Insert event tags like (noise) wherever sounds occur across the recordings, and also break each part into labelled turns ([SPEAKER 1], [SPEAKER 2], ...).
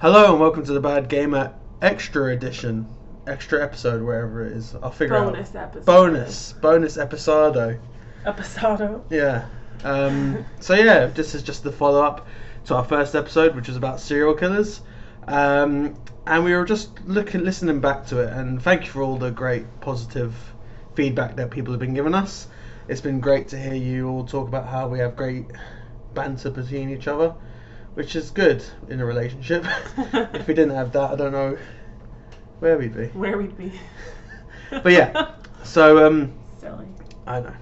[SPEAKER 1] Hello and welcome to the Bad Gamer Extra Edition, extra episode, wherever it is. I'll figure out.
[SPEAKER 2] bonus episode.
[SPEAKER 1] Bonus, bonus episode.
[SPEAKER 2] Episode.
[SPEAKER 1] Yeah. Um, so yeah, this is just the follow up to our first episode, which was about serial killers. Um, and we were just looking, listening back to it, and thank you for all the great positive feedback that people have been giving us. It's been great to hear you all talk about how we have great banter between each other, which is good in a relationship. (laughs) if we didn't have that, I don't know where we'd be.
[SPEAKER 2] Where we'd be.
[SPEAKER 1] But yeah, so um,
[SPEAKER 2] (laughs) Silly.
[SPEAKER 1] I know.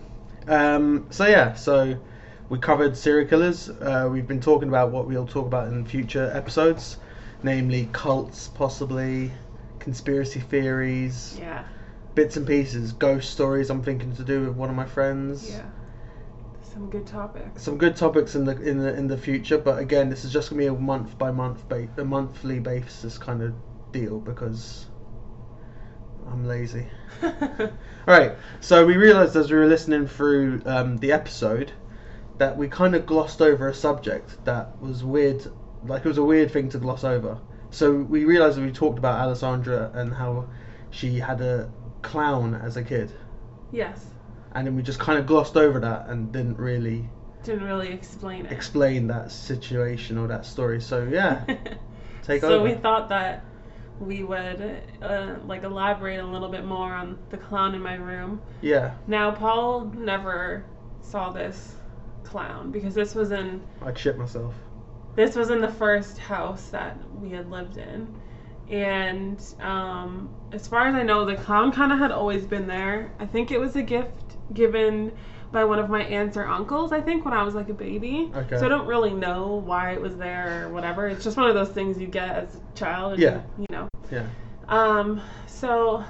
[SPEAKER 1] Um, so yeah, so we covered serial killers. Uh, we've been talking about what we'll talk about in future episodes, namely cults, possibly conspiracy theories,
[SPEAKER 2] Yeah.
[SPEAKER 1] bits and pieces, ghost stories. I'm thinking to do with one of my friends.
[SPEAKER 2] Yeah. Some good topics.
[SPEAKER 1] Some good topics in the in the in the future, but again, this is just gonna be a month by month, ba- a monthly basis kind of deal because I'm lazy. All right, so we realised as we were listening through um, the episode that we kind of glossed over a subject that was weird, like it was a weird thing to gloss over. So we realised that we talked about Alessandra and how she had a clown as a kid,
[SPEAKER 2] (laughs) yes.
[SPEAKER 1] and then we just kind of glossed over that and didn't really
[SPEAKER 2] Didn't really explain it.
[SPEAKER 1] explain that situation or that story. So
[SPEAKER 2] (laughs)
[SPEAKER 1] yeah, take
[SPEAKER 2] so
[SPEAKER 1] over.
[SPEAKER 2] we thought that we would uh, like elaborate a little bit more on the clown in my room.
[SPEAKER 1] yeah,
[SPEAKER 2] Now Paul never saw this clown because this was in
[SPEAKER 1] I'd shit myself.
[SPEAKER 2] this was in the first house that we had lived in and um, as far as i know the clown kind of had always been there i think it was a gift given by one of my aunts or uncles i think when i was like a baby
[SPEAKER 1] Okay.
[SPEAKER 2] so i don't really know why it was there or whatever it's just one of those things you get as a child and
[SPEAKER 1] Yeah.
[SPEAKER 2] you know
[SPEAKER 1] Yeah.
[SPEAKER 2] um so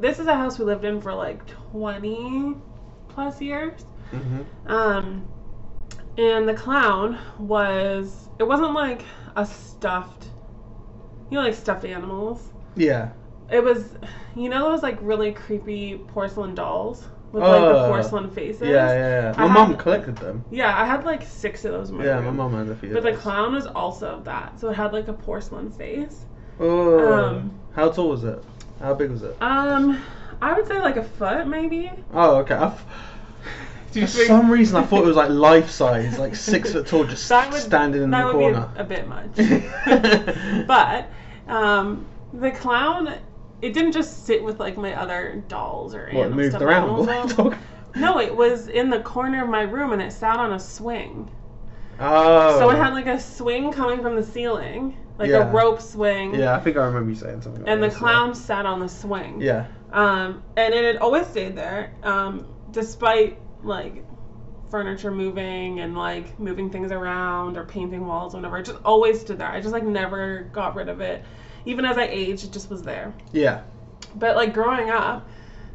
[SPEAKER 2] this is a house we lived in for like 20 plus years
[SPEAKER 1] hmm
[SPEAKER 2] um, and the clown was it wasn't like a stuffed, you know, like stuffed animals.
[SPEAKER 1] Yeah.
[SPEAKER 2] It was, you know, those like really creepy porcelain dolls with like the
[SPEAKER 1] Oh.
[SPEAKER 2] porcelain faces.
[SPEAKER 1] Yeah, yeah, yeah. My
[SPEAKER 2] I
[SPEAKER 1] mum
[SPEAKER 2] had-
[SPEAKER 1] collected them.
[SPEAKER 2] Yeah, I had like six of those. In my
[SPEAKER 1] Yeah, my
[SPEAKER 2] room.
[SPEAKER 1] mum had a few.
[SPEAKER 2] But
[SPEAKER 1] of
[SPEAKER 2] the
[SPEAKER 1] those.
[SPEAKER 2] clown was also that, so it had like a porcelain face.
[SPEAKER 1] Oh,
[SPEAKER 2] Um,
[SPEAKER 1] how tall was it? How big was it?
[SPEAKER 2] Um, I would say like a foot maybe.
[SPEAKER 1] Oh, okay. I f-
[SPEAKER 2] Do
[SPEAKER 1] for some reason, I thought it was like life size,
[SPEAKER 2] (laughs)
[SPEAKER 1] like six foot tall, just
[SPEAKER 2] That would-
[SPEAKER 1] standing in
[SPEAKER 2] that
[SPEAKER 1] the
[SPEAKER 2] would
[SPEAKER 1] corner. (laughs)
[SPEAKER 2] be a, a bit much. but um, the clown, it didn't just sit with like my other dolls or
[SPEAKER 1] what
[SPEAKER 2] animal
[SPEAKER 1] moved
[SPEAKER 2] stuffed
[SPEAKER 1] around?
[SPEAKER 2] animals
[SPEAKER 1] What (laughs) are you
[SPEAKER 2] out.
[SPEAKER 1] talking-
[SPEAKER 2] no, it was in the corner of my room and it sat on a swing.
[SPEAKER 1] Oh.
[SPEAKER 2] (laughs) So it had like a swing coming from the ceiling, like
[SPEAKER 1] Yeah.
[SPEAKER 2] a rope swing.
[SPEAKER 1] yeah, I think I remember you saying something. like
[SPEAKER 2] And the
[SPEAKER 1] this, yeah.
[SPEAKER 2] clown sat on the swing.
[SPEAKER 1] Yeah.
[SPEAKER 2] Um, and it had always stayed there, um, despite like furniture moving and like moving things around or painting walls or whatever. It just always stood there. I just like never got rid of it. Even as I aged, it just was there.
[SPEAKER 1] Yeah.
[SPEAKER 2] But like growing up,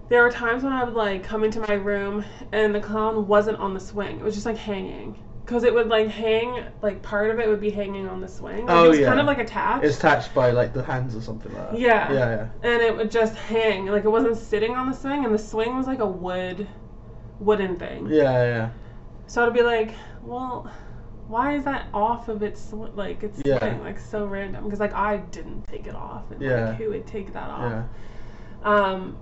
[SPEAKER 2] there were times when I would like come into my room and the clown wasn't on the swing. It was just like hanging. Cause it would like hang, like part of it would be hanging on the swing. Like,
[SPEAKER 1] Oh,
[SPEAKER 2] it was
[SPEAKER 1] yeah.
[SPEAKER 2] kind of like attached.
[SPEAKER 1] It's attached by like the hands or something like that.
[SPEAKER 2] Yeah.
[SPEAKER 1] Yeah, yeah.
[SPEAKER 2] and it would just hang like it wasn't sitting on the swing and the swing was like a wood wooden thing
[SPEAKER 1] Yeah, yeah.
[SPEAKER 2] so it'd be like well why is that off of its sw- like its
[SPEAKER 1] Yeah.
[SPEAKER 2] swing like so random because like i didn't take it off and
[SPEAKER 1] Yeah.
[SPEAKER 2] like who would take that off
[SPEAKER 1] Yeah.
[SPEAKER 2] um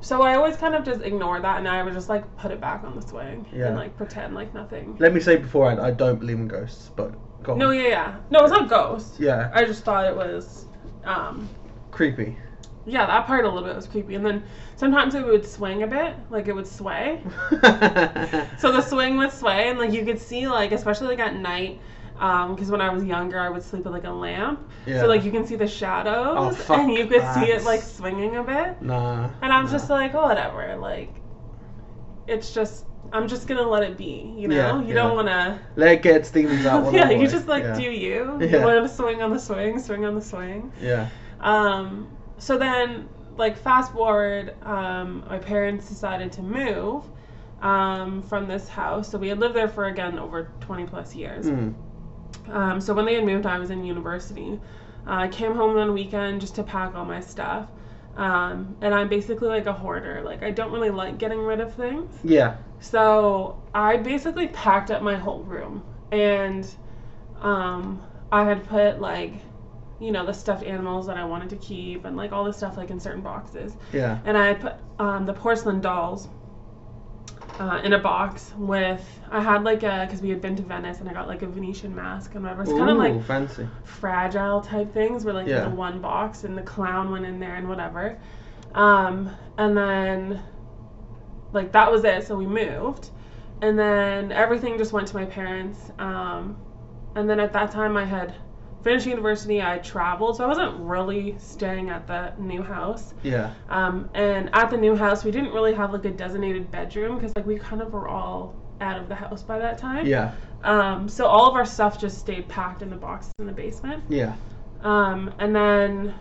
[SPEAKER 2] so i always kind of just ignored that and i would just like put it back on the swing
[SPEAKER 1] Yeah.
[SPEAKER 2] and like pretend like nothing
[SPEAKER 1] Let me say beforehand, I don't believe in ghosts, but go on.
[SPEAKER 2] no yeah yeah no it's not ghost
[SPEAKER 1] Yeah.
[SPEAKER 2] i just thought it was um
[SPEAKER 1] Creepy. (laughs)
[SPEAKER 2] yeah that part a little bit was creepy and then sometimes it would swing a bit like it would sway So the swing would sway, and like you could see, like especially like at night, because when I was younger, I would sleep with like a lamp.
[SPEAKER 1] yeah.
[SPEAKER 2] So like you can see the shadows,
[SPEAKER 1] Oh, fuck
[SPEAKER 2] and you could see
[SPEAKER 1] that.
[SPEAKER 2] it like swinging a bit.
[SPEAKER 1] Nah.
[SPEAKER 2] And I'm
[SPEAKER 1] nah.
[SPEAKER 2] just like, oh whatever, like it's just I'm just gonna let it be, you know.
[SPEAKER 1] Yeah,
[SPEAKER 2] you
[SPEAKER 1] yeah.
[SPEAKER 2] don't wanna.
[SPEAKER 1] Let it
[SPEAKER 2] (laughs)
[SPEAKER 1] get its demons out. one
[SPEAKER 2] yeah,
[SPEAKER 1] more
[SPEAKER 2] you
[SPEAKER 1] way.
[SPEAKER 2] just like
[SPEAKER 1] yeah.
[SPEAKER 2] do you.
[SPEAKER 1] Yeah.
[SPEAKER 2] You want to swing on the swing, swing on the swing.
[SPEAKER 1] Yeah.
[SPEAKER 2] Um, so then, like, fast forward, um, my parents decided to move um, from this house. So we had lived there for, again, over 20 plus years.
[SPEAKER 1] Mm.
[SPEAKER 2] Um, so when they had moved, I was in university. Uh, I came home one weekend just to pack all my stuff. Um, and I'm basically like a hoarder. Like, I don't really like getting rid of things.
[SPEAKER 1] Yeah.
[SPEAKER 2] So I basically packed up my whole room, and um, I had put like, you know, the stuffed animals that I wanted to keep, and like all the stuff like in certain boxes,
[SPEAKER 1] Yeah.
[SPEAKER 2] and I had put um, the porcelain dolls uh, in a box with I had like a because we had been to Venice, and I got like a Venetian mask and whatever. It's kind of like
[SPEAKER 1] Ooh, fancy.
[SPEAKER 2] fragile type things were like
[SPEAKER 1] Yeah.
[SPEAKER 2] in the one box and the clown went in there and whatever. Um, and then like that was it, so we moved. And then everything just went to my parents. Um, and then at that time I had finished university, I traveled, so I wasn't really staying at the new house.
[SPEAKER 1] Yeah.
[SPEAKER 2] Um, and at the new house we didn't really have like a designated bedroom because like we kind of were all out of the house by that time.
[SPEAKER 1] Yeah.
[SPEAKER 2] Um, so all of our stuff just stayed packed in the boxes in the basement.
[SPEAKER 1] Yeah.
[SPEAKER 2] Um, and then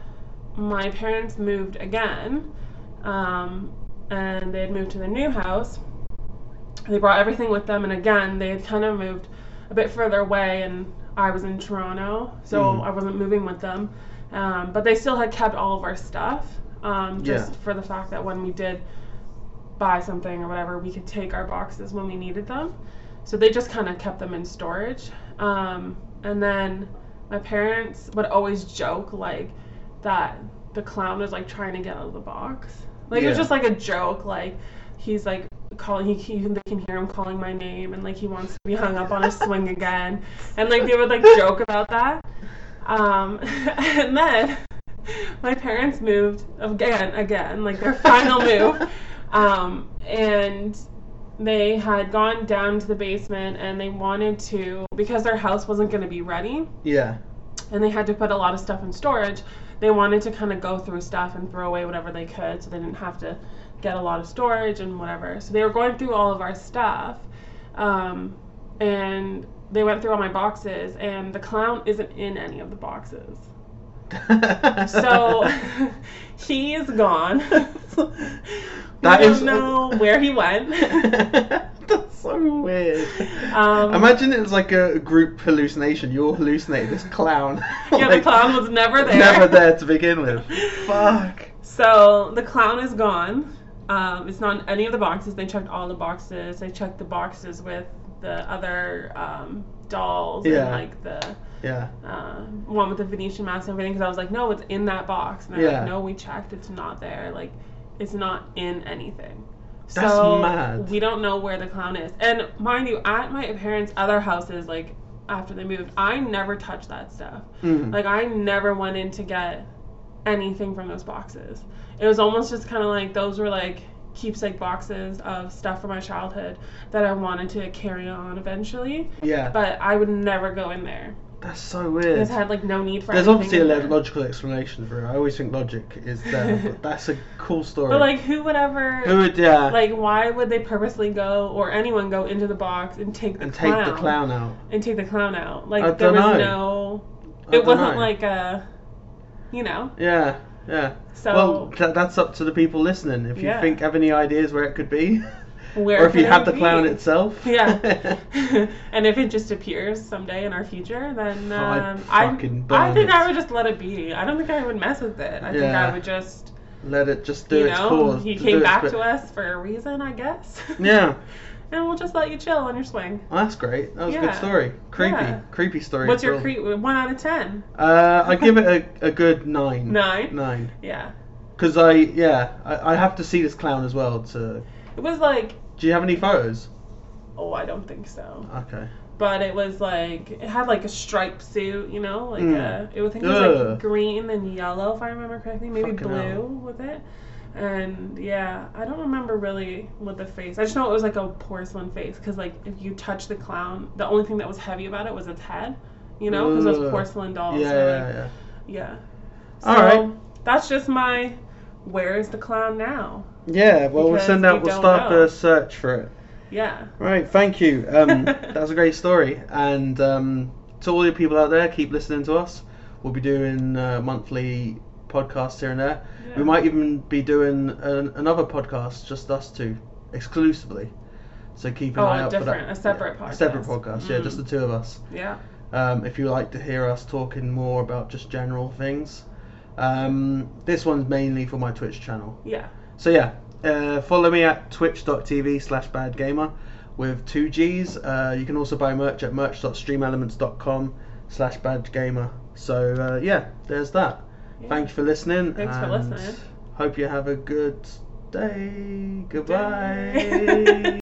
[SPEAKER 2] my parents moved again, um, and they had moved to their new house. They brought everything with them, and again, they had kind of moved a bit further away, and I was in Toronto, so
[SPEAKER 1] Mhm.
[SPEAKER 2] I wasn't moving with them. Um, but they still had kept all of our stuff, um, just for the fact that when we did buy something or whatever, we could take our boxes when we needed them. So they just kind of kept them in storage. Um, and then my parents would always joke like that the clown was like trying to get out of the box. Like it was
[SPEAKER 1] Yeah.
[SPEAKER 2] just like a joke. Like he's like calling. He, he they can hear him calling my name and like he wants to be hung up on a swing again. And like they would like joke about that. Um, (laughs) and then my parents moved again, again, like their final move. Um, and they had gone down to the basement and they wanted to, because their house wasn't going to be ready
[SPEAKER 1] (laughs) Yeah.
[SPEAKER 2] and they had to put a lot of stuff in storage, they wanted to kind of go through stuff and throw away whatever they could so they didn't have to get a lot of storage and whatever. So they were going through all of our stuff um, and they went through all my boxes and the clown isn't in any of the boxes.
[SPEAKER 1] (laughs)
[SPEAKER 2] So (laughs) he is gone.
[SPEAKER 1] That
[SPEAKER 2] I don't
[SPEAKER 1] is- (laughs)
[SPEAKER 2] know where he went.
[SPEAKER 1] That's so weird.
[SPEAKER 2] Um,
[SPEAKER 1] Imagine it was like a group hallucination. You all hallucinate this clown.
[SPEAKER 2] (laughs)
[SPEAKER 1] (laughs)
[SPEAKER 2] yeah, the
[SPEAKER 1] Like,
[SPEAKER 2] clown was never there.
[SPEAKER 1] Never there to begin with.
[SPEAKER 2] (laughs)
[SPEAKER 1] Fuck.
[SPEAKER 2] So the clown is gone. Um, it's not in any of the boxes. They checked all the boxes. They checked the boxes with the other um, dolls
[SPEAKER 1] Yeah.
[SPEAKER 2] and like the
[SPEAKER 1] Yeah.
[SPEAKER 2] uh, one with the Venetian mask and everything. Because I was like, no, it's in that box. And they're
[SPEAKER 1] Yeah.
[SPEAKER 2] like, no, we checked. It's not there. Like, it's not in anything.
[SPEAKER 1] That's
[SPEAKER 2] so
[SPEAKER 1] mad.
[SPEAKER 2] we don't know where the clown is. And mind you, at my parents' other houses, like after they moved, I never touched that stuff.
[SPEAKER 1] Mm.
[SPEAKER 2] Like I never went in to get anything from those boxes. It was almost just kind of like those were like keepsake boxes of stuff from my childhood that I wanted to carry on eventually,
[SPEAKER 1] yeah.
[SPEAKER 2] but I would never go in there.
[SPEAKER 1] That's so
[SPEAKER 2] It
[SPEAKER 1] weird.
[SPEAKER 2] had like no need for.
[SPEAKER 1] There's
[SPEAKER 2] anything
[SPEAKER 1] obviously a
[SPEAKER 2] in
[SPEAKER 1] lo-
[SPEAKER 2] there.
[SPEAKER 1] logical explanation for it. I always think logic is
[SPEAKER 2] (laughs)
[SPEAKER 1] there, but that's a cool story.
[SPEAKER 2] But like who would ever?
[SPEAKER 1] Who would, yeah,
[SPEAKER 2] like why would they purposely go or anyone go into the box and take the
[SPEAKER 1] and
[SPEAKER 2] clown,
[SPEAKER 1] take the clown out?
[SPEAKER 2] and take the clown out? Like
[SPEAKER 1] I
[SPEAKER 2] there was
[SPEAKER 1] dunno.
[SPEAKER 2] no.
[SPEAKER 1] I
[SPEAKER 2] It
[SPEAKER 1] don't
[SPEAKER 2] wasn't
[SPEAKER 1] know.
[SPEAKER 2] like a, you know.
[SPEAKER 1] Yeah, yeah.
[SPEAKER 2] So
[SPEAKER 1] well, tha- that's up to the people listening. If you
[SPEAKER 2] Yeah.
[SPEAKER 1] think have any ideas where it could be,
[SPEAKER 2] (laughs) where
[SPEAKER 1] or if
[SPEAKER 2] could
[SPEAKER 1] you
[SPEAKER 2] it
[SPEAKER 1] have the clown
[SPEAKER 2] be?
[SPEAKER 1] itself.
[SPEAKER 2] (laughs) Yeah. and if it just appears someday in our future, then
[SPEAKER 1] Oh, I'd
[SPEAKER 2] um, I
[SPEAKER 1] fucking
[SPEAKER 2] I
[SPEAKER 1] burn
[SPEAKER 2] think
[SPEAKER 1] it.
[SPEAKER 2] I would just let it be. I don't think I would mess with it. I think I
[SPEAKER 1] Yeah.
[SPEAKER 2] would just
[SPEAKER 1] (laughs) Let it just do
[SPEAKER 2] you
[SPEAKER 1] its
[SPEAKER 2] know
[SPEAKER 1] course.
[SPEAKER 2] he
[SPEAKER 1] do
[SPEAKER 2] came
[SPEAKER 1] its
[SPEAKER 2] back
[SPEAKER 1] bit.
[SPEAKER 2] to us for a reason, I guess.
[SPEAKER 1] (laughs) Yeah,
[SPEAKER 2] and we'll just let you chill on your swing.
[SPEAKER 1] well, that's great. That was a
[SPEAKER 2] Yeah.
[SPEAKER 1] good story. Creepy,
[SPEAKER 2] Yeah.
[SPEAKER 1] creepy story.
[SPEAKER 2] What's
[SPEAKER 1] as
[SPEAKER 2] your
[SPEAKER 1] well.
[SPEAKER 2] cre- one out of ten?
[SPEAKER 1] Uh,
[SPEAKER 2] (laughs)
[SPEAKER 1] I give it a, a good nine.
[SPEAKER 2] Nine.
[SPEAKER 1] Nine.
[SPEAKER 2] Yeah.
[SPEAKER 1] Because I yeah I, I have to see this clown as well. To
[SPEAKER 2] It was like
[SPEAKER 1] do you have any photos?
[SPEAKER 2] oh I don't think so,
[SPEAKER 1] Okay.
[SPEAKER 2] but it was like it had like a striped suit, you know, like
[SPEAKER 1] Mm.
[SPEAKER 2] a, it was I think it was like
[SPEAKER 1] Ugh.
[SPEAKER 2] green and yellow if I remember correctly, maybe
[SPEAKER 1] Fucking
[SPEAKER 2] blue
[SPEAKER 1] hell.
[SPEAKER 2] with it. And yeah, I don't remember really what the face. I just know it was like a porcelain face because like if you touch the clown, the only thing that was heavy about it was its head, you know, because those
[SPEAKER 1] Ugh.
[SPEAKER 2] porcelain dolls.
[SPEAKER 1] yeah,
[SPEAKER 2] were,
[SPEAKER 1] yeah,
[SPEAKER 2] like,
[SPEAKER 1] yeah.
[SPEAKER 2] yeah. So
[SPEAKER 1] All right.
[SPEAKER 2] that's just my. Where is the clown now?
[SPEAKER 1] Yeah. Well, we'll
[SPEAKER 2] Because
[SPEAKER 1] send
[SPEAKER 2] we
[SPEAKER 1] out. We'll
[SPEAKER 2] don't
[SPEAKER 1] start
[SPEAKER 2] know.
[SPEAKER 1] the search for it.
[SPEAKER 2] Yeah.
[SPEAKER 1] Right, thank you. (laughs) Um, that was a great story. And um, to all you people out there, keep listening to us. We'll be doing uh, monthly podcasts here and there.
[SPEAKER 2] Yeah.
[SPEAKER 1] We might even be doing an, another podcast, just us two, exclusively. So keep an
[SPEAKER 2] Oh,
[SPEAKER 1] eye
[SPEAKER 2] a
[SPEAKER 1] out for
[SPEAKER 2] different-
[SPEAKER 1] that.
[SPEAKER 2] a separate
[SPEAKER 1] A separate
[SPEAKER 2] podcast.
[SPEAKER 1] podcast, Mm. yeah, just the two of us.
[SPEAKER 2] Yeah.
[SPEAKER 1] Um, if you like to hear us talking more about just general things, um, this one's mainly for my Twitch channel.
[SPEAKER 2] Yeah.
[SPEAKER 1] So yeah, uh, follow me at twitch.tv slash badgamer with two G's. Uh, you can also buy merch at merch.streamelements.com slash badgamer. So uh, yeah, there's that.
[SPEAKER 2] Yeah.
[SPEAKER 1] Thank you for listening.
[SPEAKER 2] Thanks for
[SPEAKER 1] and
[SPEAKER 2] listening.
[SPEAKER 1] Hope you have a good day. Goodbye.
[SPEAKER 2] (laughs) Day.